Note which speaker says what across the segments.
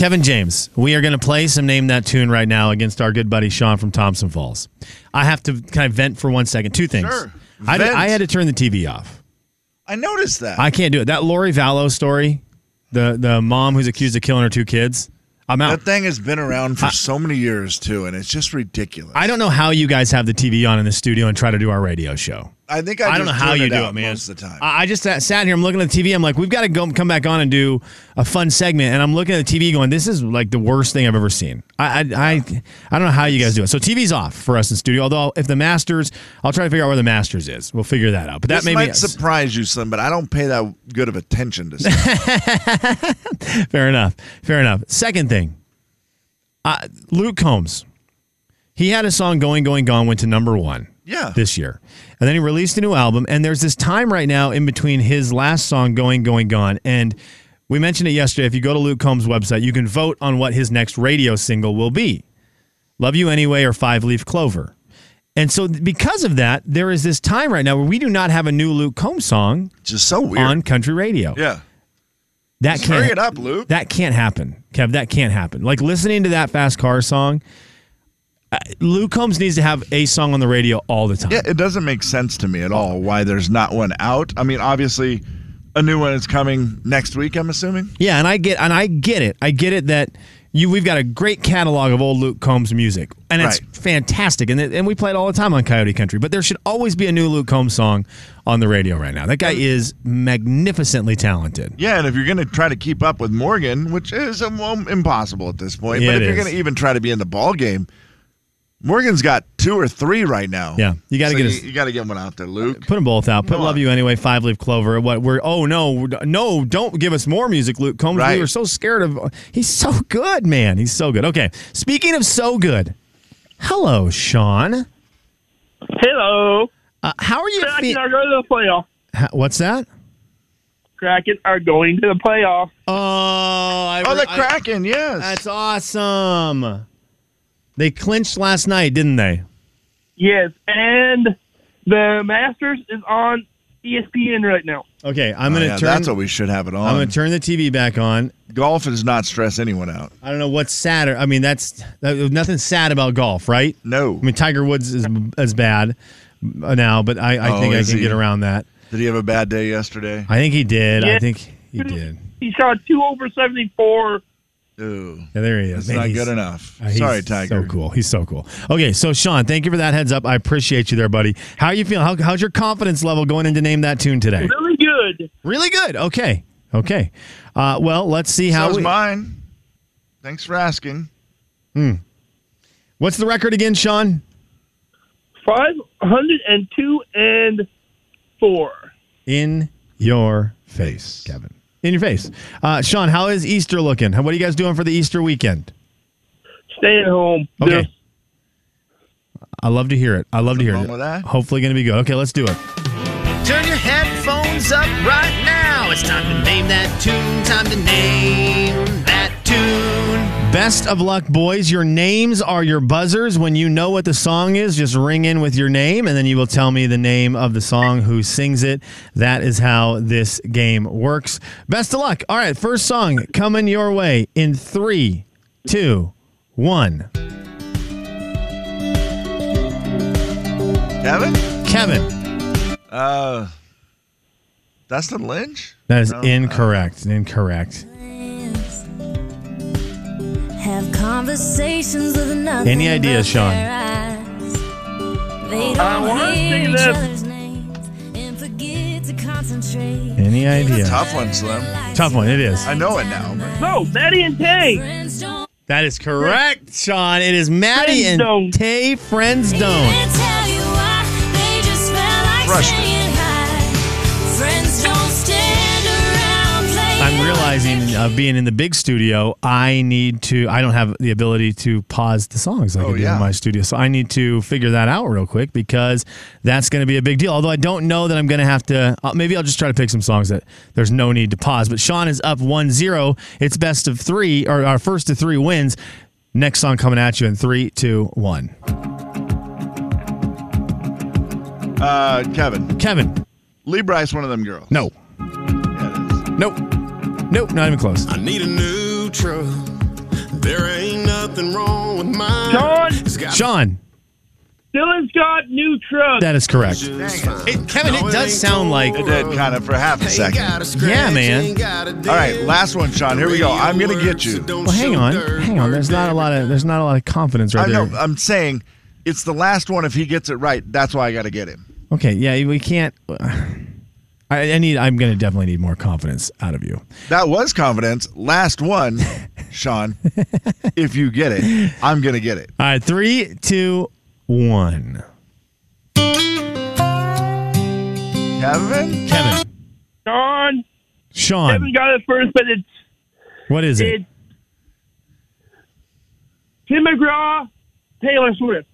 Speaker 1: Kevin James, we are going to play some Name That Tune right now against our good buddy Sean from Thompson Falls. I have to kind of vent for one second. Two things.
Speaker 2: Sure.
Speaker 1: I, did-
Speaker 2: Vent.
Speaker 1: I had to turn the TV off.
Speaker 2: I noticed that.
Speaker 1: I can't do it. That Lori Vallow story, the, the mom who's accused of killing her two kids, I'm out.
Speaker 2: that thing has been around for so many years too, and it's just ridiculous.
Speaker 1: I don't know how you guys have the TV on in the studio and try to do our radio show.
Speaker 2: I think I,
Speaker 1: I don't know
Speaker 2: just
Speaker 1: how
Speaker 2: tune
Speaker 1: you do
Speaker 2: out
Speaker 1: it, man.
Speaker 2: Most of the time,
Speaker 1: I I just sat sat here. I'm looking at the TV. I'm like, we've got to go come back on and do a fun segment. And I'm looking at the TV, going, this is like the worst thing I've ever seen. I I I, I don't know how you guys do it. So TV's off for us in studio. Although if the Masters, I'll try to figure out where the Masters is. We'll figure that out. But that
Speaker 2: this
Speaker 1: may
Speaker 2: might
Speaker 1: be
Speaker 2: surprise you, Slim, but I don't pay that good of attention to stuff.
Speaker 1: fair enough. Fair enough. Second thing, uh, Luke Combs, he had a song "Going Going Gone" went to number one.
Speaker 2: Yeah.
Speaker 1: this year, and then he released a new album. And there's this time right now in between his last song "Going Going Gone" and we mentioned it yesterday. If you go to Luke Combs' website, you can vote on what his next radio single will be. Love You Anyway or Five Leaf Clover. And so, th- because of that, there is this time right now where we do not have a new Luke Combs song
Speaker 2: It's just so weird.
Speaker 1: on country radio.
Speaker 2: yeah,
Speaker 1: That can't
Speaker 2: hurry it up, Luke.
Speaker 1: That can't happen, Kev. That can't happen. Like listening to that fast car song, uh, Luke Combs needs to have a song on the radio all the time.
Speaker 2: yeah, it doesn't make sense to me at all why there's not one out. I mean, obviously, a new one is coming next week. I'm assuming.
Speaker 1: Yeah, and I get and I get it. I get it that you we've got a great catalog of old Luke Combs music, and it's
Speaker 2: Right.
Speaker 1: fantastic. And it- and we play it all the time on Coyote Country. But there should always be a new Luke Combs song on the radio right now. That guy is magnificently talented.
Speaker 2: Yeah, and if you're going to try to keep up with Morgan, which is um, well, impossible at this point,
Speaker 1: Yeah,
Speaker 2: but
Speaker 1: it
Speaker 2: if you're
Speaker 1: is.
Speaker 2: going to even try to be in the ball game, Morgan's got two or three right now.
Speaker 1: Yeah, you gotta
Speaker 2: So
Speaker 1: get
Speaker 2: you,
Speaker 1: his-
Speaker 2: you got to get one out there, Luke.
Speaker 1: Put them both out. Put
Speaker 2: Come
Speaker 1: "Love
Speaker 2: on.
Speaker 1: You Anyway." Five Leaf Clover. What? We're oh no, we're- no! Don't give us more music, Luke Combs.
Speaker 2: Right.
Speaker 1: We were so scared of. He's so good, man. He's so good. Okay. Speaking of so good, hello, Sean.
Speaker 3: Hello.
Speaker 1: Uh, how are you?
Speaker 3: Kraken
Speaker 1: fe-
Speaker 3: are going to the playoff.
Speaker 1: Ha- What's that?
Speaker 3: Kraken are going to the playoff.
Speaker 1: Oh, I,
Speaker 2: Oh, the
Speaker 1: I-
Speaker 2: Kraken, yes.
Speaker 1: that's awesome. They clinched last night, didn't they?
Speaker 3: Yes, and the Masters is on E ESPN right now.
Speaker 1: Okay, I'm
Speaker 2: Oh,
Speaker 1: gonna
Speaker 2: yeah,
Speaker 1: turn.
Speaker 2: that's what we should have it on.
Speaker 1: I'm gonna turn the TV back on.
Speaker 2: Golf does not stress anyone out.
Speaker 1: I don't know what's sadder. I mean, that's that, nothing sad about golf, right?
Speaker 2: No.
Speaker 1: I mean, Tiger Woods is as bad uh, now, but I, I
Speaker 2: Oh,
Speaker 1: think I
Speaker 2: is
Speaker 1: can
Speaker 2: he?
Speaker 1: get around that.
Speaker 2: Did he have a bad day yesterday?
Speaker 1: I think he did. I
Speaker 3: Yeah.
Speaker 1: think he did.
Speaker 3: He shot two over seventy four.
Speaker 2: Ooh,
Speaker 1: Yeah, there he is.
Speaker 2: that's
Speaker 1: Man,
Speaker 2: not
Speaker 1: he's-
Speaker 2: good enough.
Speaker 1: uh, he's
Speaker 2: Sorry, Tiger.
Speaker 1: So cool. He's so cool. Okay, so Sean, thank you for that heads up. I appreciate you there, buddy. How are you feeling? How, how's your confidence level going into name that tune today?
Speaker 3: Really good.
Speaker 1: Really good. Okay. Okay. Uh, well, let's see how.
Speaker 2: How's
Speaker 1: we-
Speaker 2: mine? Thanks for asking.
Speaker 1: what's the record again, Sean?
Speaker 3: Five hundred and two and four.
Speaker 1: In your face, Kevin. In your face, uh, Sean. How is Easter looking? How- What are you guys doing for the Easter weekend?
Speaker 3: Stay at home.
Speaker 1: Okay.
Speaker 3: There's-
Speaker 1: I love to hear it. I love to hear
Speaker 2: wrong
Speaker 1: it.
Speaker 2: with that?
Speaker 1: Hopefully, going to be good. Okay, let's do it.
Speaker 4: Turn your headphones up right now. It's time to name that tune. Time to name that tune.
Speaker 1: Best of luck, boys. Your names are your buzzers. When you know what the song is, just ring in with your name, and then you will tell me the name of the song, who sings it. That is how this game works. Best of luck. All right, first song coming your way in three, two, one.
Speaker 2: Kevin?
Speaker 1: Kevin,
Speaker 2: Uh, Dustin Lynch?
Speaker 1: that is
Speaker 2: No, uh,
Speaker 1: incorrect. Incorrect.
Speaker 5: Have conversations with nothing
Speaker 1: Any ideas,
Speaker 5: but
Speaker 1: Sean?
Speaker 5: their eyes.
Speaker 3: I
Speaker 5: They don't
Speaker 3: wanna
Speaker 5: hear
Speaker 3: sing
Speaker 5: each
Speaker 3: this.
Speaker 5: other's names and forget to concentrate.
Speaker 1: Any idea?
Speaker 2: Tough one, Slim.
Speaker 1: Tough one, it is.
Speaker 2: I know it now. but-
Speaker 3: No, Maddie and Tay.
Speaker 5: Friends don't
Speaker 1: That is correct, Sean. It is Maddie
Speaker 3: Friendzone.
Speaker 1: and Tay Friendzone.
Speaker 5: even tell you why. They just felt like
Speaker 2: Crushed it.
Speaker 5: saying hi. Friends don't stand around playing
Speaker 1: I'm realizing uh, being in the big studio, I need to. I don't have the ability to pause the songs like
Speaker 2: Oh,
Speaker 1: I do
Speaker 2: yeah.
Speaker 1: in my studio, so I need to figure that out real quick because that's going to be a big deal. Although I don't know that I'm going to have to. Uh, maybe I'll just try to pick some songs that there's no need to pause. But Sean is up 1-0. It's best of three, or our first to three wins. Next song coming at you in three, two, one.
Speaker 2: Uh, Kevin.
Speaker 1: Kevin,
Speaker 2: Lee Bryce, one of them girls.
Speaker 1: no,
Speaker 2: Yeah, it is.
Speaker 1: nope, nope, not even close.
Speaker 4: I need a new truck.
Speaker 6: There ain't nothing wrong with mine.
Speaker 3: John,
Speaker 6: It's got
Speaker 1: Sean,
Speaker 3: Dylan's got new truck.
Speaker 1: that is correct.
Speaker 6: just fine.
Speaker 1: It, Kevin, it does sound like
Speaker 2: It did kind of for half a
Speaker 6: Ain't
Speaker 2: second.
Speaker 6: gotta scratch,
Speaker 1: Yeah, man.
Speaker 6: ain't gotta
Speaker 2: All right,
Speaker 6: dig.
Speaker 2: last one, Sean. Here we go. I'm going to get
Speaker 6: Words
Speaker 2: you.
Speaker 6: that don't
Speaker 1: Well, hang
Speaker 6: show
Speaker 1: on,
Speaker 6: dirt,
Speaker 1: hang on. There's
Speaker 6: words
Speaker 1: not a lot of there's not a lot of confidence right
Speaker 2: I know.
Speaker 1: there.
Speaker 2: I'm saying it's the last one. If he gets it right, that's why I got to get him.
Speaker 1: Okay, yeah, we can't. I, I need. I'm gonna definitely need more confidence out of you.
Speaker 2: That was confidence. Last one, Sean. if you get it, I'm going to get it.
Speaker 1: All right, three, two, one.
Speaker 2: Kevin?
Speaker 1: Kevin,
Speaker 3: John, Kevin
Speaker 1: Sean,
Speaker 3: got it first, but it's
Speaker 1: what is it?
Speaker 3: it's Tim McGraw, Taylor Swift.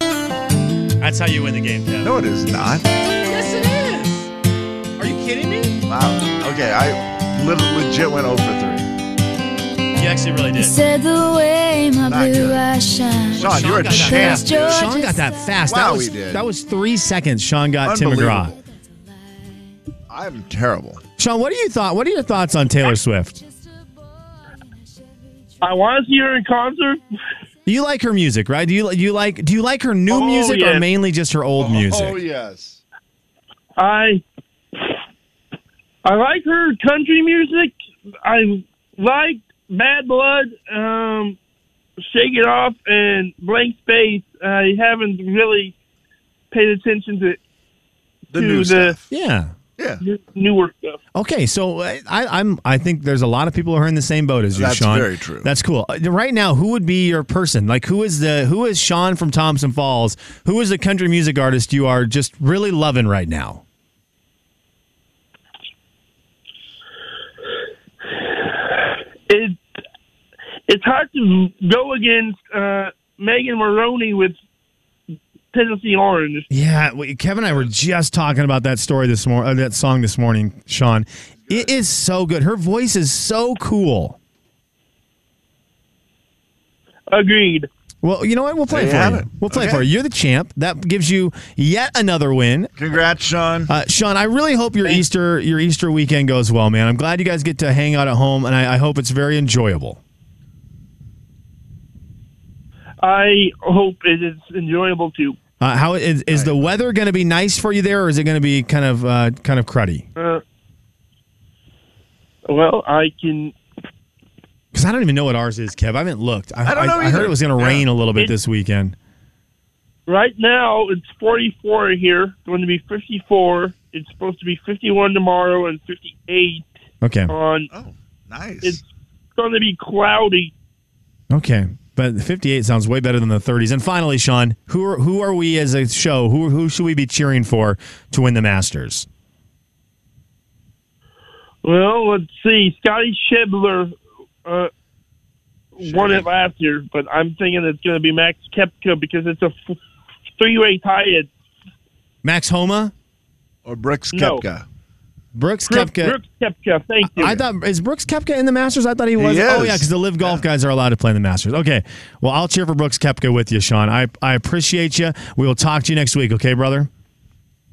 Speaker 1: That's how you win the game, Kevin.
Speaker 2: No, it is not.
Speaker 4: Yes, it is.
Speaker 1: Are you kidding me?
Speaker 2: Wow. Okay, I lit- legit went over three.
Speaker 1: You actually really did.
Speaker 5: Said the way my
Speaker 2: Not
Speaker 5: blue
Speaker 2: good.
Speaker 5: eyes shine.
Speaker 2: Sean, you're a
Speaker 1: got that
Speaker 2: champ.
Speaker 1: fast.
Speaker 2: dude.
Speaker 1: Sean got that fast.
Speaker 2: Wow,
Speaker 1: that was,
Speaker 2: he did.
Speaker 1: That was three seconds. Sean got Tim McGraw.
Speaker 2: Unbelievable. I'm terrible.
Speaker 1: Sean, what do you thought? What are your thoughts on Taylor Swift?
Speaker 3: I want to see her in concert.
Speaker 1: You like her music, right? Do you do you like do you like her new
Speaker 3: Oh,
Speaker 1: music or
Speaker 3: yes.
Speaker 1: mainly just her old music?
Speaker 2: Oh, yes.
Speaker 3: I I like her country music. I like Bad Blood, um, Shake It Off, and Blank Space. I haven't really paid attention to,
Speaker 2: The
Speaker 3: to
Speaker 2: new
Speaker 3: the
Speaker 2: stuff.
Speaker 1: Yeah.
Speaker 2: Yeah.
Speaker 3: new, newer stuff.
Speaker 1: Okay, so uh, I, I'm I think there's a lot of people who are in the same boat as you,
Speaker 2: That's
Speaker 1: Sean.
Speaker 2: very true.
Speaker 1: That's cool. Uh, Right now, who would be your person? Like, who is the who is Sean from Thompson Falls? Who is the country music artist you are just really loving right now?
Speaker 3: It it's hard to go against uh, Megan Maroney with Tennessee Orange.
Speaker 1: Yeah, we, Kevin and I were just talking about that story this morning, uh, that song this morning, Sean. It is so good. Her voice is so cool.
Speaker 3: Agreed.
Speaker 1: Well, you know what? We'll play
Speaker 2: There
Speaker 1: it
Speaker 2: you
Speaker 1: for
Speaker 2: have
Speaker 1: you.
Speaker 2: it.
Speaker 1: We'll play it
Speaker 2: Okay.
Speaker 1: for you. You're the champ. That gives you yet another win.
Speaker 2: Congrats, Sean.
Speaker 1: Uh, Sean, I really hope your Easter your Easter weekend goes well, man. I'm glad you guys get to hang out at home, and I, I hope it's very enjoyable.
Speaker 3: I hope it is enjoyable too.
Speaker 1: Uh, how is, is the weather going to be nice for you there, or is it going to be kind of uh, kind of cruddy?
Speaker 3: Uh, well, I can.
Speaker 1: Because I don't even know what ours is, Kev. I haven't looked. I,
Speaker 2: I don't know
Speaker 1: I, heard
Speaker 2: either.
Speaker 1: it was going to rain a little bit
Speaker 3: It-
Speaker 1: this weekend.
Speaker 3: Right now, it's 44 here. It's going to be 54. It's supposed to be 51 tomorrow and 58
Speaker 1: Okay,
Speaker 3: on.
Speaker 2: oh, nice.
Speaker 3: It's going to be cloudy.
Speaker 1: okay, but 58 sounds way better than the 30s. And finally, Sean, who are who are we as a show? Who who should we be cheering for to win the Masters?
Speaker 3: Well, let's see. Scotty Schebler uh, won it last year, but I'm thinking it's going to be Max Kepka because it's a f- three-way tie. It's
Speaker 1: Max Homa,
Speaker 2: or Brooks
Speaker 3: No.
Speaker 2: Kepka.
Speaker 1: Brooks
Speaker 3: Brooks
Speaker 1: Koepka.
Speaker 3: Kepka. Thank you.
Speaker 1: I thought is Brooks Kepka in the Masters? I thought he was.
Speaker 2: He
Speaker 1: Oh
Speaker 2: is.
Speaker 1: yeah, because the live golf guys are allowed to play in the Masters. Okay. Well, I'll cheer for Brooks Kepka with you, Sean. I I appreciate you. We will talk to you next week. Okay, brother.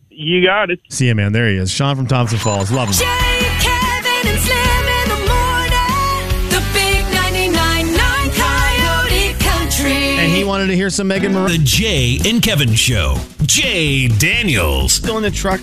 Speaker 3: you got it.
Speaker 1: See you, man. There he is, Sean from Thompson Falls. Love him.
Speaker 5: Jay, Kevin, and Slim in the morning. The big 99.9 Coyote Country.
Speaker 1: And he wanted to hear some Megan Maroney
Speaker 7: The Jay and Kevin Show. Jay Daniels.
Speaker 8: still in the truck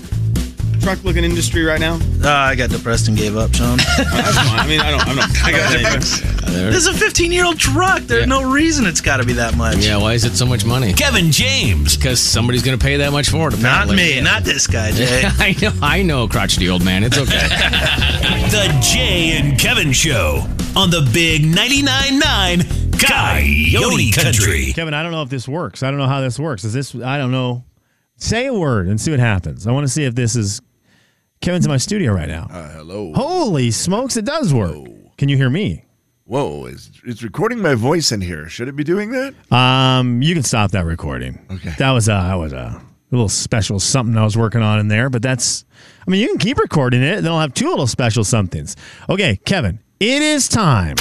Speaker 8: truck looking industry right now?
Speaker 9: Uh, I got depressed and gave up, Sean.
Speaker 8: That's fine. I mean, I don't. I'm not. I got
Speaker 9: this is a 15 year old truck. There's no reason it's got to be that much.
Speaker 10: Yeah, why is it so much money?
Speaker 7: Kevin James.
Speaker 10: Because somebody's going to pay that much for it.
Speaker 9: Not
Speaker 10: Apparently.
Speaker 9: me, not this guy, Jay.
Speaker 10: I know, I know, crotchety old man. It's okay.
Speaker 7: The Jay and Kevin Show on the Big 99.9 9 Coyote Country.
Speaker 1: Kevin, I don't know if this works. I don't know how this works. Is this? I don't know. Say a word and see what happens. I want to see if this is. Kevin's in my studio right now.
Speaker 2: Uh, hello.
Speaker 1: Holy smokes, it does work. Can you hear me?
Speaker 2: Whoa, it's, it's recording my voice in here. Should it be doing that?
Speaker 1: Um, you can stop that recording.
Speaker 2: Okay.
Speaker 1: That was a that was a little special something I was working on in there, but that's I mean you can keep recording it, then I'll have two little special somethings. Okay, Kevin, it is time.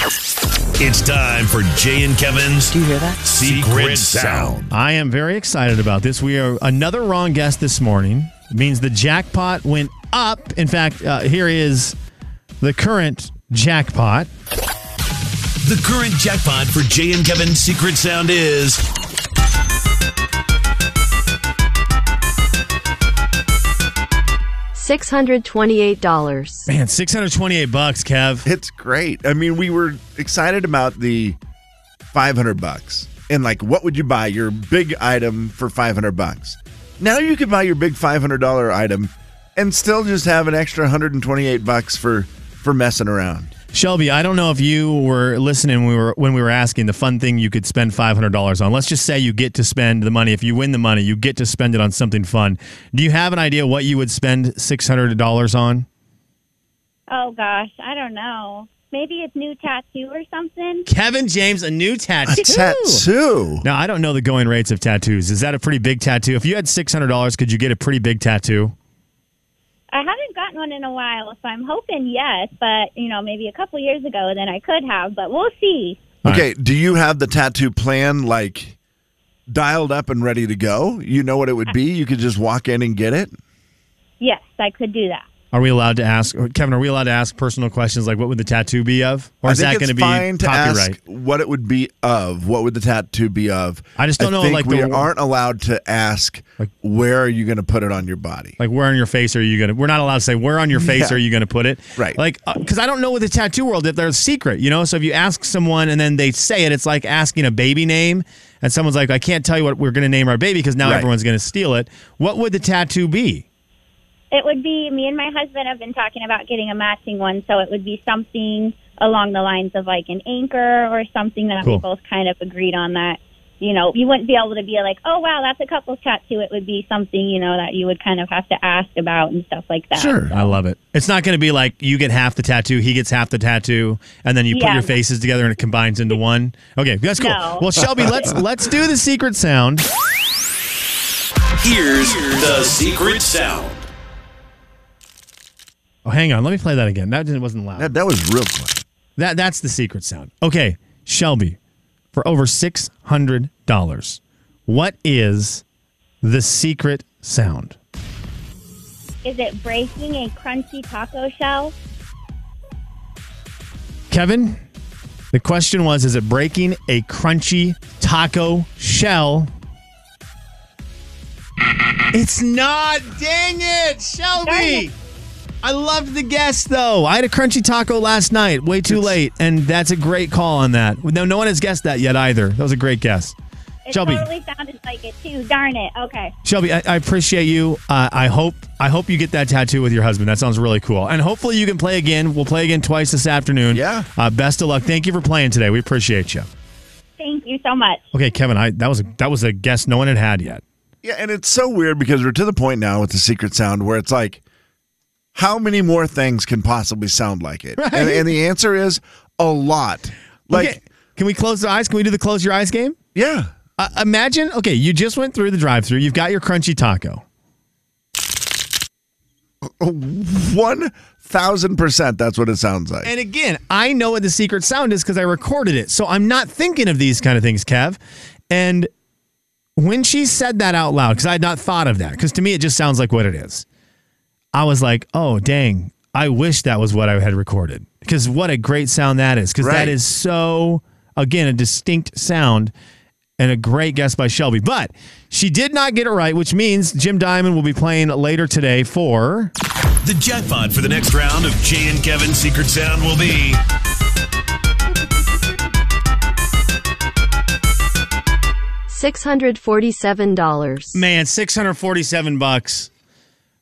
Speaker 7: It's time for Jay and Kevin's Do you hear that? Secret Sound.
Speaker 1: I am very excited about this. We are another wrong guess this morning. It means the jackpot went up. In fact, uh, here is the current jackpot.
Speaker 7: The current jackpot for Jay and Kevin's secret sound is
Speaker 11: $628.
Speaker 1: Man, 628 bucks, Kev.
Speaker 2: It's great. I mean, we were excited about the 500 bucks. And like, what would you buy your big item for 500 bucks? Now you could buy your big $500 item and still just have an extra 128 bucks for for messing around.
Speaker 1: Shelby, I don't know if you were listening when we were when we were asking the fun thing you could spend five hundred dollars on. Let's just say you get to spend the money. If you win the money, you get to spend it on something fun. Do you have an idea what you would spend six hundred dollars on?
Speaker 12: Oh gosh, I don't know. Maybe it's new tattoo or something.
Speaker 1: Kevin James, a new tattoo.
Speaker 2: tattoo.
Speaker 1: Now I don't know the going rates of tattoos. Is that a pretty big tattoo? If you had six hundred dollars, could you get a pretty big tattoo?
Speaker 12: I haven't gotten one in a while, so I'm hoping yes. But you know, maybe a couple years ago, then I could have. But we'll see.
Speaker 2: Okay, do you have the tattoo plan like dialed up and ready to go? You know what it would be? You could just walk in and get it?
Speaker 12: Yes, I could do that.
Speaker 1: Are we allowed to ask or Kevin? Are we allowed to ask personal questions like what would the tattoo be of, or
Speaker 2: I
Speaker 1: is that
Speaker 2: think
Speaker 1: going
Speaker 2: it's
Speaker 1: to be
Speaker 2: fine to
Speaker 1: copyright?
Speaker 2: ask what it would be of? What would the tattoo be of?
Speaker 1: I just don't know,
Speaker 2: think
Speaker 1: like,
Speaker 2: we
Speaker 1: the-
Speaker 2: aren't allowed to ask where are you going to put it on your body?
Speaker 1: Like, where on your face are you gonna? We're not allowed to say where on your face
Speaker 2: Yeah.
Speaker 1: are you gonna put it, right? Like, because I don't know with the tattoo world if they're a secret, you know. So if you ask someone and then they say it, it's like asking a baby name, and someone's like, "I can't tell you what we're gonna name our baby because now
Speaker 12: Right.
Speaker 1: everyone's gonna steal it." What would the tattoo be?
Speaker 12: It would be me and my husband have been talking about getting a matching one, so it would be something along the lines of like an anchor or something that
Speaker 1: Cool.
Speaker 12: we both kind of agreed on that. You know, you wouldn't be able to be like, oh wow, that's a couple's tattoo. It would be something you know that you would kind of have to ask about and stuff like that.
Speaker 1: I love it. It's not gonna be like you get half the tattoo, he gets half the tattoo, and then you put
Speaker 12: Yeah.
Speaker 1: your faces together and it combines into one. Okay, that's cool.
Speaker 12: No.
Speaker 1: Well, Shelby, let's let's do the secret sound.
Speaker 7: Here's the secret sound.
Speaker 1: Oh, hang on. Let me play that again. That didn't- wasn't loud. That,
Speaker 2: that was real quick.
Speaker 1: That that's the secret sound. Okay, Shelby, for over six hundred dollars, what is the secret sound?
Speaker 12: Is it breaking a crunchy taco shell?
Speaker 1: Kevin, the question was: Is it breaking a crunchy taco shell? It's not. Dang it, Shelby. I loved the guess though. I had a crunchy taco last night, way too late, and that's a great call on that. No, no one has guessed that yet either. That was a great guess.
Speaker 12: It
Speaker 1: Shelby,
Speaker 12: totally sounded like it too. Darn it. Okay.
Speaker 1: Shelby, I, I appreciate you. Uh, I hope I hope you get that tattoo with your husband. That sounds really cool. And hopefully you can play again. We'll play again twice this afternoon. Yeah. Uh, best of luck. Thank you for playing today. We appreciate you.
Speaker 12: Thank you so much.
Speaker 1: Okay, Kevin. I that was a, that was a guess no one had had yet.
Speaker 2: Yeah, and it's so weird because we're to the point now with the secret sound where it's like, how many more things can possibly sound like it?
Speaker 1: Right.
Speaker 2: And, and the answer is a lot. Like,
Speaker 1: Okay, can we close the eyes? Can we do the close your eyes game?
Speaker 2: Yeah.
Speaker 1: Uh, imagine. Okay, you just went through the drive-through. You've got your crunchy taco.
Speaker 2: One thousand percent. That's what it sounds like.
Speaker 1: And again, I know what the secret sound is because I recorded it. So I'm not thinking of these kind of things, Kev. And when she said that out loud, because I had not thought of that, because to me it just sounds like what it is. I was like, oh, dang, I wish that was what I had recorded. Because what a great sound that is. Because
Speaker 2: Right.
Speaker 1: that is so, again, a distinct sound and a great guess by Shelby. But she did not get it right, which means Jim Diamond will be playing later today for.
Speaker 7: The jackpot for the next round of Jay and Kevin's secret sound will be
Speaker 11: $647.
Speaker 1: Man, 647 bucks.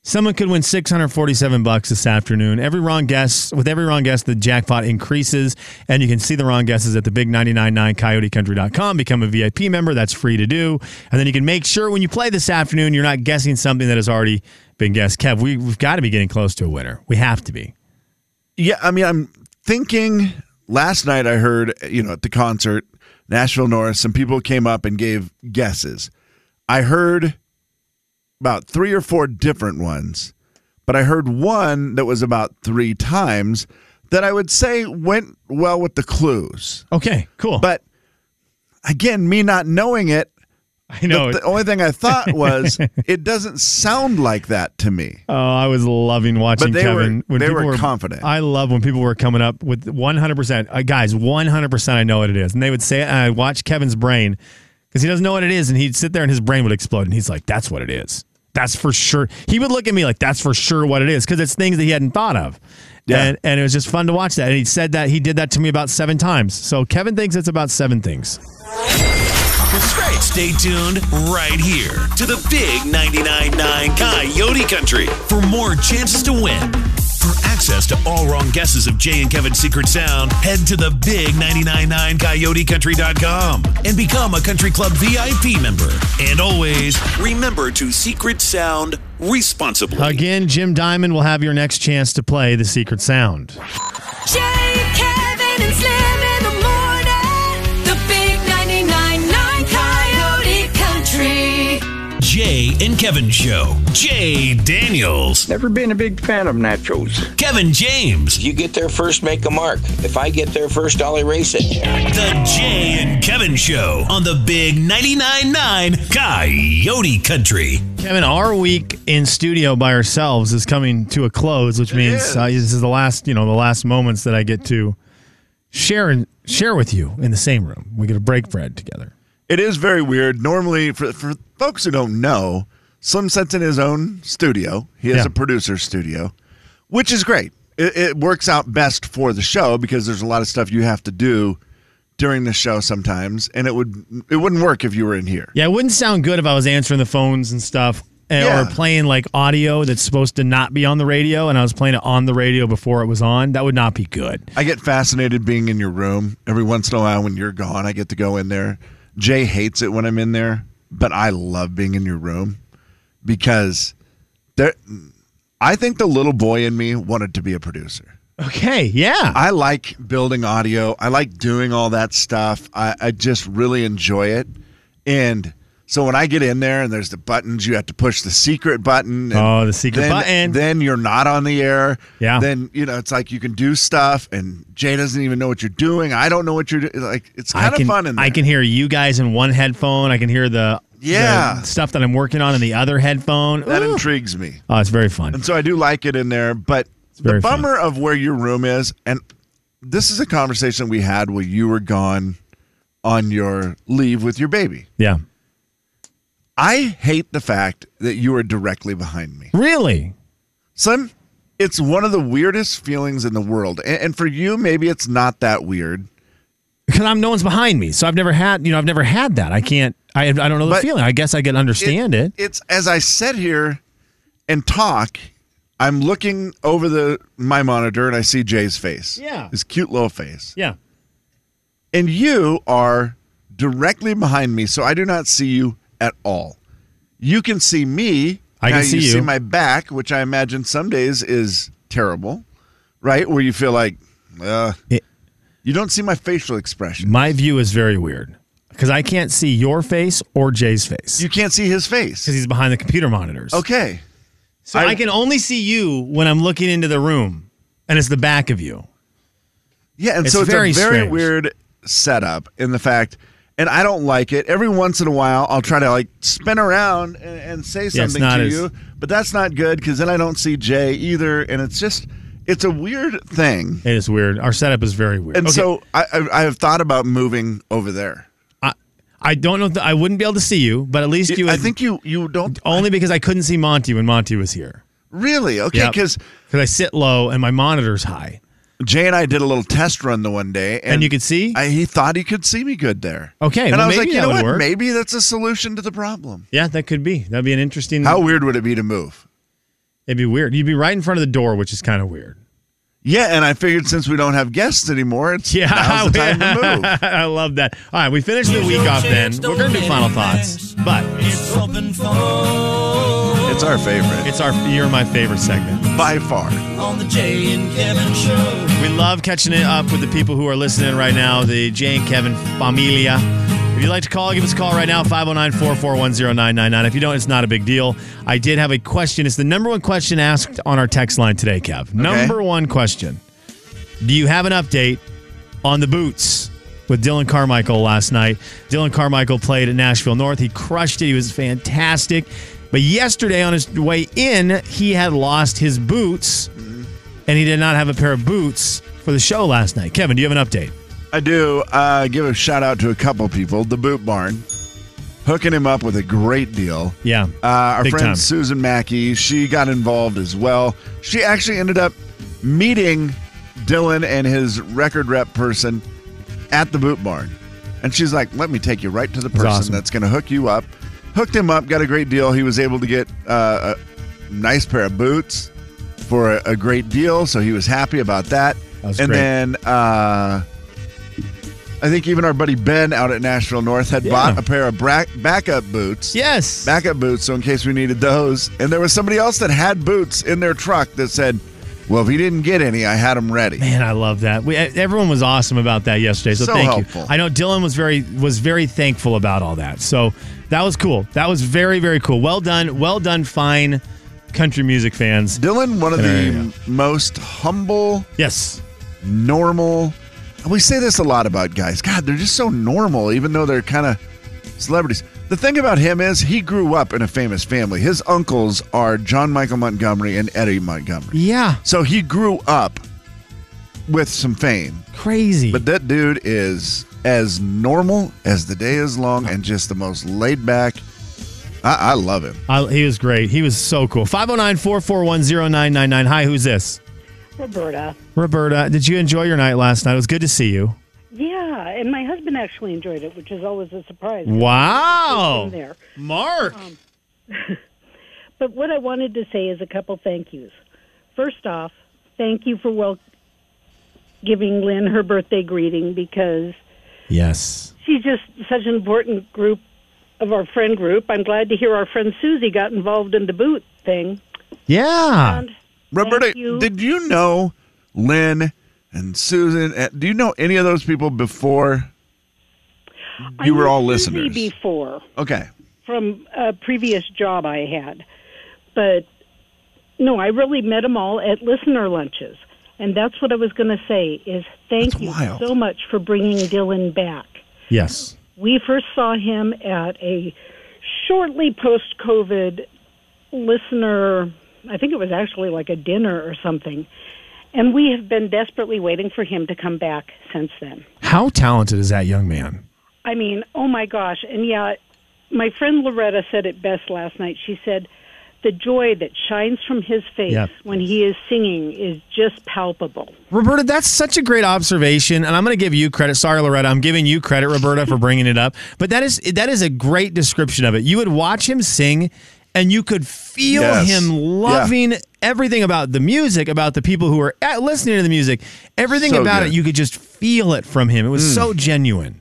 Speaker 1: Someone could win 647 bucks this afternoon. Every wrong guess, with every wrong guess, the jackpot increases. And you can see the wrong guesses at the big 999 coyotecountry.com. Become a VIP member. That's free to do. And then you can make sure when you play this afternoon, you're not guessing something that has already been guessed. Kev, we, we've got to be getting close to a winner. We have to be.
Speaker 2: Yeah, I mean, I'm thinking. Last night, I heard you know at the concert, Nashville North, some people came up and gave guesses. I heard about three or four different ones, but I heard one that was about three times that I would say went well with the clues.
Speaker 1: Okay, cool.
Speaker 2: But again, me not knowing it,
Speaker 1: I know.
Speaker 2: The only thing I thought was it doesn't sound like that to me.
Speaker 1: Oh, I was loving watching
Speaker 2: But they were-
Speaker 1: Kevin.
Speaker 2: they
Speaker 1: people
Speaker 2: were confident.
Speaker 1: I love when people were coming up with 100%. Uh, guys, 100% I know what it is. And they would say, it, and I watch Kevin's brain because he doesn't know what it is. And he'd sit there and his brain would explode. And he's like, that's what it is. That's for sure. He would look at me like, that's for sure what it is because it's things that he hadn't thought of. And, and it was just fun to watch that. And he said that he did that to me about seven times. So Kevin thinks it's about seven things.
Speaker 7: That's right. Stay tuned right here to the Big 99.9 Coyote Country for more chances to win. For access to all wrong guesses of Jay and Kevin's secret sound, head to the big 99.9 coyotecountry.com and become a Country Club VIP member. And always remember to secret sound responsibly.
Speaker 1: Again, Jim Diamond will have your next chance to play The Secret Sound.
Speaker 5: Jay, Kevin, and Slim in the morning. The big 99.9 Coyote Country.
Speaker 7: Jay and Kevin Show. Jay Daniels.
Speaker 13: Never been a big fan of nachos.
Speaker 7: Kevin James.
Speaker 13: You get there first, make a mark. If I get there first, I'll erase it.
Speaker 7: The Jay and Kevin Show on the Big 99.9 Coyote Country.
Speaker 1: Kevin, our week in studio by ourselves is coming to a close, which means uh, this is the last, you know, the last moments that I get to share and share with you in the same room. We get to break bread together.
Speaker 2: It is very weird. Normally, for, for folks who don't know, Slim sets in his own studio. He has
Speaker 1: Yeah.
Speaker 2: a producer studio, which is great. It, it works out best for the show because there's a lot of stuff you have to do during the show sometimes, and it would it wouldn't work if you were in here.
Speaker 1: Yeah, it wouldn't sound good if I was answering the phones and stuff, and,
Speaker 2: Yeah.
Speaker 1: or playing like audio that's supposed to not be on the radio, and I was playing it on the radio before it was on. That would not be good.
Speaker 2: I get fascinated being in your room. Every once in a while, when you're gone, I get to go in there. Jay hates it when I'm in there, but I love being in your room because there. I think the little boy in me wanted to be a producer.
Speaker 1: Okay, yeah.
Speaker 2: I like building audio. I like doing all that stuff. I, I just really enjoy it. And so when I get in there and there's the buttons, you have to push the secret button. and
Speaker 1: Oh, the secret
Speaker 2: then-
Speaker 1: button.
Speaker 2: Then you're not on the air.
Speaker 1: Yeah.
Speaker 2: Then you know it's like you can do stuff, and Jay doesn't even know what you're doing. I don't know what you're doing. Like it's
Speaker 1: I
Speaker 2: kind
Speaker 1: can,
Speaker 2: of fun in there.
Speaker 1: I can hear you guys in one headphone. I can hear the the
Speaker 2: Yeah.
Speaker 1: stuff that I'm working on in the other headphone.
Speaker 2: that
Speaker 1: Ooh.
Speaker 2: intrigues me.
Speaker 1: Oh, it's very fun.
Speaker 2: And so I do like it in there, but the
Speaker 1: very fun.
Speaker 2: bummer of where your room is, and this is a conversation we had while you were gone on your leave with your baby.
Speaker 1: Yeah.
Speaker 2: I hate the fact that you are directly behind me.
Speaker 1: Really?
Speaker 2: Son, it's one of the weirdest feelings in the world. And, and for you, maybe it's not that weird.
Speaker 1: Because I'm no one's behind me, so I've never had you know I've never had that. I can't. I I don't know the
Speaker 2: But
Speaker 1: feeling. I guess I can understand it.
Speaker 2: It's as I sit here and talk, I'm looking over the my monitor and I see Jay's face.
Speaker 1: Yeah.
Speaker 2: His cute little face.
Speaker 1: Yeah.
Speaker 2: And you are directly behind me, so I do not see you at all. You can see me.
Speaker 1: I can
Speaker 2: Now
Speaker 1: see
Speaker 2: you.
Speaker 1: you.
Speaker 2: see my back, which I imagine some days is terrible, right? Where you feel like, uh, you don't see my facial expression.
Speaker 1: My view is very weird because I can't see your face or Jay's face. You
Speaker 2: can't see his face because
Speaker 1: he's behind the computer monitors.
Speaker 2: Okay.
Speaker 1: So I, can only see you when I'm looking into the room, and it's the back of you.
Speaker 2: Yeah, and
Speaker 1: It's
Speaker 2: so it's
Speaker 1: very
Speaker 2: a very
Speaker 1: strange.
Speaker 2: weird setup in the fact, and I don't like it. Every once in a while, I'll try to like spin around and, and say
Speaker 1: it's
Speaker 2: something
Speaker 1: not
Speaker 2: to
Speaker 1: as-
Speaker 2: you, but that's not good because then I don't see Jay either, and it's just it's a weird thing.
Speaker 1: It is weird. Our setup is very weird.
Speaker 2: And
Speaker 1: Okay.
Speaker 2: so I, I I have thought about moving over there.
Speaker 1: I I don't know. If I wouldn't be able to see you, but at least you. Oh.
Speaker 2: I think you you don't
Speaker 1: only because I couldn't see Monty when Monty was here.
Speaker 2: Really? Okay,
Speaker 1: Yep.
Speaker 2: because
Speaker 1: I sit low and my monitor's high.
Speaker 2: Jay and I did a little test run the one day, and,
Speaker 1: you could see.
Speaker 2: I, he thought he could see me good there.
Speaker 1: Okay,
Speaker 2: and
Speaker 1: well,
Speaker 2: I was
Speaker 1: maybe
Speaker 2: like, you
Speaker 1: that
Speaker 2: know
Speaker 1: would
Speaker 2: what?
Speaker 1: work.
Speaker 2: Maybe that's a solution to the problem.
Speaker 1: Yeah, that could be. That'd be an interesting.
Speaker 2: How weird would it be to move?
Speaker 1: It'd be weird. You'd be right in front of the door, which is kind of weird.
Speaker 2: Yeah, and I figured since we don't have guests anymore, it's yeah, now's the time to move.
Speaker 1: I love that. All right, we finished the
Speaker 2: Here's
Speaker 1: week
Speaker 2: your
Speaker 1: off. Then
Speaker 2: chance to
Speaker 1: we're gonna do
Speaker 2: win
Speaker 1: final thoughts, but
Speaker 7: it's open
Speaker 2: It's our favorite.
Speaker 1: It's our you're my favorite segment
Speaker 2: by far.
Speaker 7: on the Jay and Kevin Show.
Speaker 1: We love catching it up with the people who are listening right now, the Jay and Kevin familia. If you'd like to call, give us a call right now, 509 441 0999. If you don't, it's not a big deal. I did have a question. It's the number one question asked on our text line today, Kev. Number one question Do you have an update on the boots? with Dylan Carmichael last night. Dylan Carmichael played at Nashville North. He crushed it. He was fantastic. But yesterday on his way in, he had lost his boots and he did not have a pair of boots for the show last night. Kevin, do you have an update?
Speaker 2: I do uh, give a shout out to a couple people. The Boot Barn, hooking him up with a great deal.
Speaker 1: Yeah.
Speaker 2: Uh, our
Speaker 1: Big
Speaker 2: friend
Speaker 1: time.
Speaker 2: Susan Mackey, she got involved as well. She actually ended up meeting Dylan and his record rep person at the Boot Barn. And she's like, let me take you right to the person
Speaker 1: awesome.
Speaker 2: that's going to hook you up. Hooked him up, got a great deal. He was able to get uh, a nice pair of boots for a, a great deal. So he was happy about that.
Speaker 1: was
Speaker 2: and
Speaker 1: great.
Speaker 2: then. Uh, I think even our buddy Ben out at Nashville North had bought a pair of bra- backup boots.
Speaker 1: Yes.
Speaker 2: Backup boots, so in case we needed those. And there was somebody else that had boots in their truck that said, well, if he didn't get any, I had them ready.
Speaker 1: Man, I love that. We, e, everyone was awesome about that yesterday. So,
Speaker 2: So
Speaker 1: thank you.
Speaker 2: helpful.
Speaker 1: I know Dylan was very was very thankful about all that. So that was cool. That was very very cool. Well done. Well done. Fine, country music fans.
Speaker 2: Dylan, one of
Speaker 1: Yeah,
Speaker 2: the
Speaker 1: yeah, yeah.
Speaker 2: most humble,
Speaker 1: yes,
Speaker 2: normal. And we say this a lot about guys. God, they're just so normal, even though they're kind of celebrities. The thing about him is he grew up in a famous family. His uncles are John Michael Montgomery and Eddie Montgomery.
Speaker 1: Yeah.
Speaker 2: So he grew up with some fame.
Speaker 1: Crazy.
Speaker 2: But that dude is as normal as the day is long and just the most laid back. I, I love him.
Speaker 1: I, he was great. He was so cool. 509-441-0999. Hi, who's this?
Speaker 14: Roberta.
Speaker 1: Roberta, did you enjoy your night last night? It was good to see you.
Speaker 14: Yeah, and my husband actually enjoyed it, which is always a surprise.
Speaker 1: Wow.
Speaker 14: From There.
Speaker 1: Mark.
Speaker 14: Um, but what I wanted to say is a couple thank yous. First off, thank you for wel- giving Lynn her birthday greeting because
Speaker 1: Yes.
Speaker 14: she's just such an important group of our friend group. I'm glad to hear our friend Susie got involved in the boot thing.
Speaker 1: Yeah.
Speaker 2: Roberta,
Speaker 14: thank you.
Speaker 2: did you know Lynn and Susan? uh, Do you know any of those people before
Speaker 14: I
Speaker 2: you were
Speaker 14: knew
Speaker 2: all
Speaker 14: Susie
Speaker 2: listeners?
Speaker 14: before.
Speaker 2: Okay.
Speaker 14: from a previous job I had. But no, I really met them all at listener lunches. And that's what I was going to say is thank you
Speaker 1: wild.
Speaker 14: so much for bringing Dylan back.
Speaker 1: Yes.
Speaker 14: We first saw him at a shortly post COVID listener, I think it was actually like a dinner or something. And we have been desperately waiting for him to come back since then.
Speaker 1: How talented is that young man?
Speaker 14: I mean, oh my gosh. And yeah, my friend Loretta said it best last night. She said, the joy that shines from his face
Speaker 1: Yeah.
Speaker 14: when he is singing is just palpable.
Speaker 1: Roberta, that's such a great observation, and I'm going to give you credit. Sorry, Loretta, I'm giving you credit, Roberta, for bringing it up. But that is that is a great description of it. You would watch him sing, and you could feel
Speaker 4: Yes.
Speaker 1: him loving everything about the music, about the people who are at, listening to the music, everything
Speaker 2: So
Speaker 1: about
Speaker 2: good.
Speaker 1: it. You could just feel it from him. It was
Speaker 2: Mm.
Speaker 1: so genuine.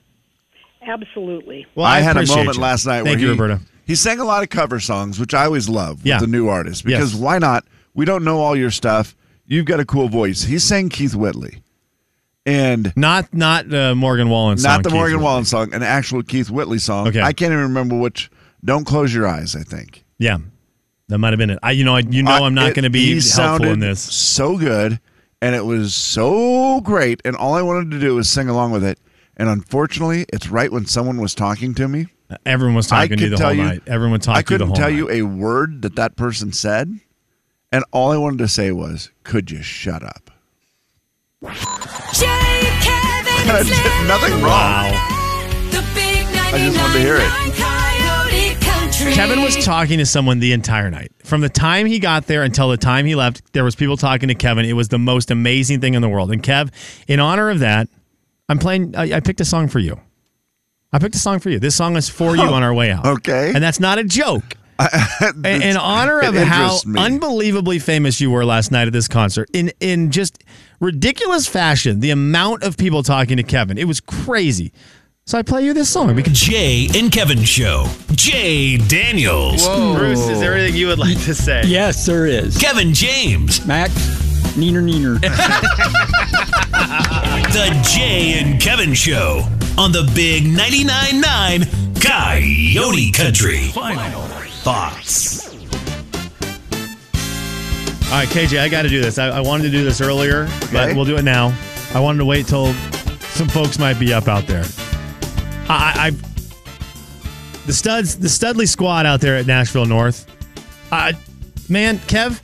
Speaker 14: Absolutely.
Speaker 1: Well, I
Speaker 2: I, had a
Speaker 1: appreciate
Speaker 2: moment
Speaker 1: you.
Speaker 2: last night
Speaker 1: Thank
Speaker 2: where
Speaker 1: you,
Speaker 2: he,
Speaker 1: Roberta.
Speaker 2: he sang a lot of cover songs, which I always love
Speaker 1: Yeah.
Speaker 2: with the new artist because
Speaker 1: Yes.
Speaker 2: why not? We don't know all your stuff. You've got a cool voice. He sang Keith Whitley and
Speaker 1: not not uh, Morgan Wallen song.
Speaker 2: not the
Speaker 1: Keith
Speaker 2: Morgan
Speaker 1: Whitley.
Speaker 2: Wallen song, an actual Keith Whitley song. Okay. I can't even remember which. Don't close your eyes. I think
Speaker 1: Yeah, that might have been it. I you know I, you know I, am not
Speaker 2: It-
Speaker 1: going to be
Speaker 2: he
Speaker 1: helpful
Speaker 2: sounded
Speaker 1: in this.
Speaker 2: So good, and it was so great, and all I wanted to do was sing along with it. And unfortunately, it's right when someone was talking to me.
Speaker 1: Everyone was talking
Speaker 2: I
Speaker 1: to you
Speaker 2: could
Speaker 1: the whole
Speaker 2: tell you-
Speaker 1: night. Everyone talked
Speaker 2: I
Speaker 1: to you the
Speaker 2: couldn't
Speaker 1: whole
Speaker 2: tell
Speaker 1: night.
Speaker 2: you a word that that person said, and all I wanted to say was, "Could you shut up?"
Speaker 5: Kevin,
Speaker 2: And I
Speaker 5: and
Speaker 2: did nothing wrong.
Speaker 5: the big
Speaker 2: I just wanted to hear it.
Speaker 5: 99.9 Coyote Country.
Speaker 1: Kevin was talking to someone the entire night. From the time he got there until the time he left, there was people talking to Kevin. It was the most amazing thing in the world. And Kev, in honor of that, I'm playing. I, I picked a song for you. I picked a song for you. This song is for
Speaker 2: Oh,
Speaker 1: you on our way out. Okay, and that's not a joke. In- in honor
Speaker 2: it
Speaker 1: of how
Speaker 2: interests me.
Speaker 1: unbelievably famous you were last night at this concert, in in just ridiculous fashion, the amount of people talking to Kevin, it was crazy. So I play you this song because
Speaker 7: Jay and Kevin Show. Jay Daniels.
Speaker 1: Whoa. Bruce, is
Speaker 2: Oh.
Speaker 1: there anything you would like to say?
Speaker 15: Yes, there is.
Speaker 7: Kevin James.
Speaker 15: Max, neener, neener.
Speaker 7: The Jay and Kevin Show on the Big 99.9 Coyote Country. Final thoughts.
Speaker 1: All right, KJ, I got to do this. I, I wanted to do this earlier, but we'll do it now. I wanted to wait till some folks might be up out there. I, I the studs, the Studley squad out there at Nashville North. I, man, Kev,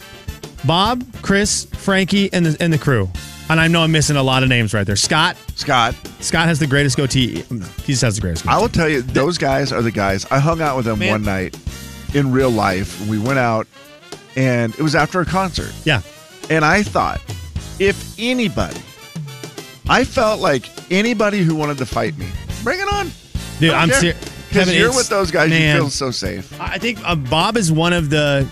Speaker 1: Bob, Chris, Frankie, and the and the crew. And I know I'm missing a lot of names right there. Scott,
Speaker 2: Scott,
Speaker 1: Scott has the greatest goatee. He just has the greatest. Goatee.
Speaker 2: I will tell you, those guys are the guys. I hung out with them
Speaker 1: Man.
Speaker 2: one night in real life. We went out, and it was after a concert.
Speaker 1: Yeah.
Speaker 2: And I thought, if anybody, I felt like anybody who wanted to fight me, bring it on.
Speaker 1: Dude, I'm ser-
Speaker 2: Because
Speaker 1: Kevin,
Speaker 2: you're
Speaker 1: it's-
Speaker 2: with those guys,
Speaker 1: man.
Speaker 2: you feel so safe.
Speaker 1: I think uh, Bob is one of the,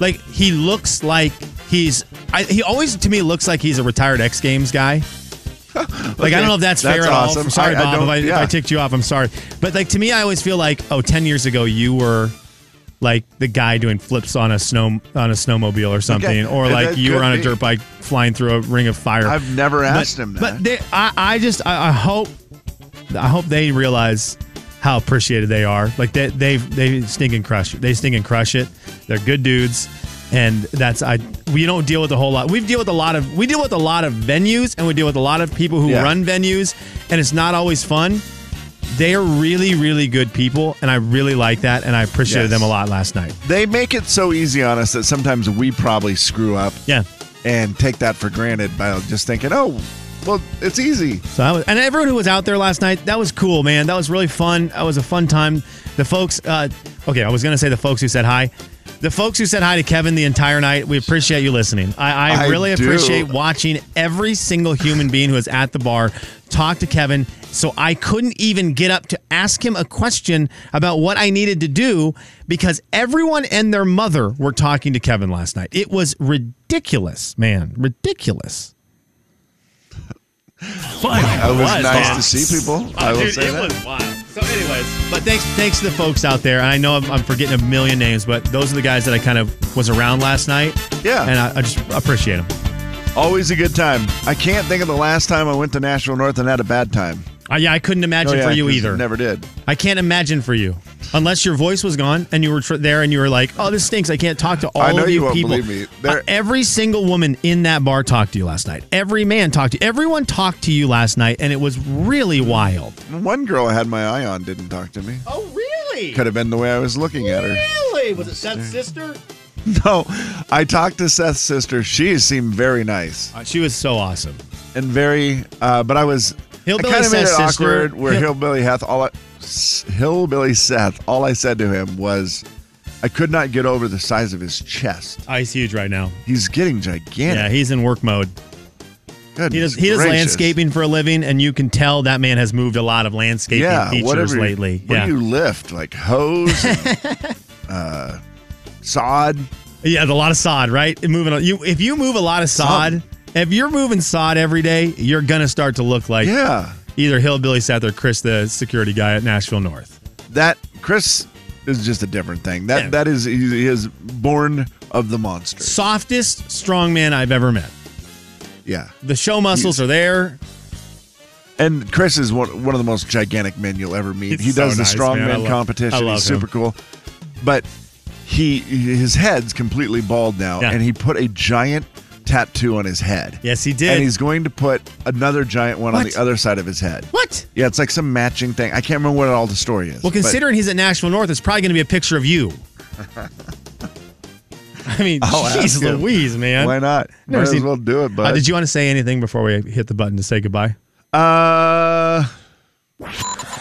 Speaker 1: like he looks like he's. I, he always to me looks like he's a retired X Games guy. Like I
Speaker 2: Okay,
Speaker 1: don't know if that's,
Speaker 2: that's
Speaker 1: fair at all.
Speaker 2: awesome.
Speaker 1: I'm sorry,
Speaker 2: I- I
Speaker 1: Bob, if
Speaker 2: don't-
Speaker 1: I, if I
Speaker 2: yeah.
Speaker 1: ticked you off. I'm sorry, but like to me, I always feel like oh, 10 years ago you were like the guy doing flips on a snow on a snowmobile or something, or
Speaker 2: and
Speaker 1: like
Speaker 2: that
Speaker 1: you were
Speaker 2: could
Speaker 1: on a
Speaker 2: be.
Speaker 1: dirt bike flying through a ring of fire.
Speaker 2: I've never asked
Speaker 1: but,
Speaker 2: him that.
Speaker 1: But they, I, I just I, I hope I hope they realize how appreciated they are. Like they they they stink and crush it. They stink and crush it. They're good dudes. And that's I we don't deal with a whole lot. We deal with a lot of we deal with a lot of venues and we deal with a lot of people who
Speaker 2: Yeah.
Speaker 1: run venues and it's not always fun. They are really, really good people, and I really like that, and I appreciated
Speaker 2: Yes.
Speaker 1: them a lot last night.
Speaker 2: They make it so easy on us that sometimes we probably screw up.
Speaker 1: Yeah.
Speaker 2: And take that for granted by just thinking, oh, well, it's easy.
Speaker 1: So that was, and everyone who was out there last night, that was cool, man. That was really fun. That was a fun time. The folks, uh, okay, I was gonna say the folks who said hi, the folks who said hi to Kevin the entire night. We appreciate you listening. I, I,
Speaker 2: I
Speaker 1: really
Speaker 2: do.
Speaker 1: appreciate watching every single human being who was at the bar talk to Kevin. So I couldn't even get up to ask him a question about what I needed to do because everyone and their mother were talking to Kevin last night. It was ridiculous, man, ridiculous.
Speaker 2: It was
Speaker 1: was
Speaker 2: nice
Speaker 1: wild.
Speaker 2: to see people.
Speaker 1: Oh,
Speaker 2: I will
Speaker 1: dude,
Speaker 2: say
Speaker 1: it
Speaker 2: that.
Speaker 1: was wild. So, anyways, but thanks, thanks to the folks out there. And I know I'm, I'm forgetting a million names, but those are the guys that I kind of was around last night.
Speaker 2: Yeah.
Speaker 1: and I, I just appreciate them.
Speaker 2: Always a good time. I can't think of the last time I went to National North and had a bad time.
Speaker 1: Uh, yeah, I couldn't imagine
Speaker 2: Oh, yeah,
Speaker 1: for you
Speaker 2: 'cause
Speaker 1: either.
Speaker 2: Never did.
Speaker 1: I can't imagine for you, unless your voice was gone and you were tr- there and you were like, "Oh, this stinks. I can't talk to all
Speaker 2: I know
Speaker 1: of
Speaker 2: you
Speaker 1: you,
Speaker 2: won't
Speaker 1: people."
Speaker 2: believe me. There-
Speaker 1: Uh, every single woman in that bar talked to you last night. Every man talked to you. Everyone talked to you last night, and it was really wild.
Speaker 2: One girl I had my eye on didn't talk to me.
Speaker 1: Oh, really?
Speaker 2: Could have been the way I was looking at her.
Speaker 1: Really? Was it Seth's sister?
Speaker 2: No, I talked to Seth's sister. She seemed very nice
Speaker 1: Uh, she was so awesome.
Speaker 2: and very, uh, but I was.
Speaker 1: Hillbilly
Speaker 2: I kind of made it
Speaker 1: Seth's sister-
Speaker 2: awkward where
Speaker 1: Hill-
Speaker 2: Hillbilly Heth, all I, S- Hillbilly Seth, all I said to him was, I could not get over the size of his chest.
Speaker 1: Ice Uh, huge right now.
Speaker 2: He's getting
Speaker 1: Yeah,
Speaker 2: gigantic.
Speaker 1: he's in work mode.
Speaker 2: Goodness
Speaker 1: He does he does
Speaker 2: gracious.
Speaker 1: landscaping for a living, and you can tell that man has moved a lot of landscaping features
Speaker 2: you-
Speaker 1: lately.
Speaker 2: What
Speaker 1: yeah,
Speaker 2: do you lift? Like hose, and, uh, sod.
Speaker 1: yeah, a lot of sod, right? Moving on. You if you move a lot of sod, if you're moving sod every day, you're gonna start to look like
Speaker 2: Yeah.
Speaker 1: either hillbilly Seth or Chris, the security guy at Nashville North.
Speaker 2: That Chris is just a different thing. That that is he he is born of the monster.
Speaker 1: Softest strongman I've ever met.
Speaker 2: Yeah.
Speaker 1: The show muscles are there.
Speaker 2: And Chris is one, one of the most gigantic men you'll ever meet.
Speaker 1: He's
Speaker 2: he does
Speaker 1: so
Speaker 2: the
Speaker 1: nice,
Speaker 2: strongman
Speaker 1: man. I love-
Speaker 2: competition.
Speaker 1: I love
Speaker 2: He's
Speaker 1: him.
Speaker 2: super cool. But he his head's completely bald now
Speaker 1: Yeah.
Speaker 2: and he put a giant tattoo on his head.
Speaker 1: Yes, he did.
Speaker 2: And he's going to put another giant one on
Speaker 1: What?
Speaker 2: the other side of his head.
Speaker 1: what?
Speaker 2: Yeah, it's like some matching thing. I can't remember what all the story is.
Speaker 1: Well,
Speaker 2: but-
Speaker 1: considering he's at Nashville North, it's probably gonna be a picture of you. I mean,
Speaker 2: I'll
Speaker 1: jeez
Speaker 2: ask him.
Speaker 1: Louise, man.
Speaker 2: Why not?
Speaker 1: Never
Speaker 2: Might as
Speaker 1: seen-
Speaker 2: well do it, bud.
Speaker 1: Uh, did you want to say anything before we hit the button to say goodbye?
Speaker 2: Uh,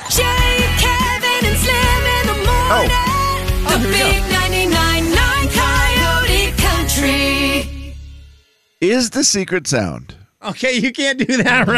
Speaker 5: Jay, Kevin, and Slim in the morning. the big 99.9 Coyote Country.
Speaker 2: is the secret sound?
Speaker 1: Okay, you can't do that right.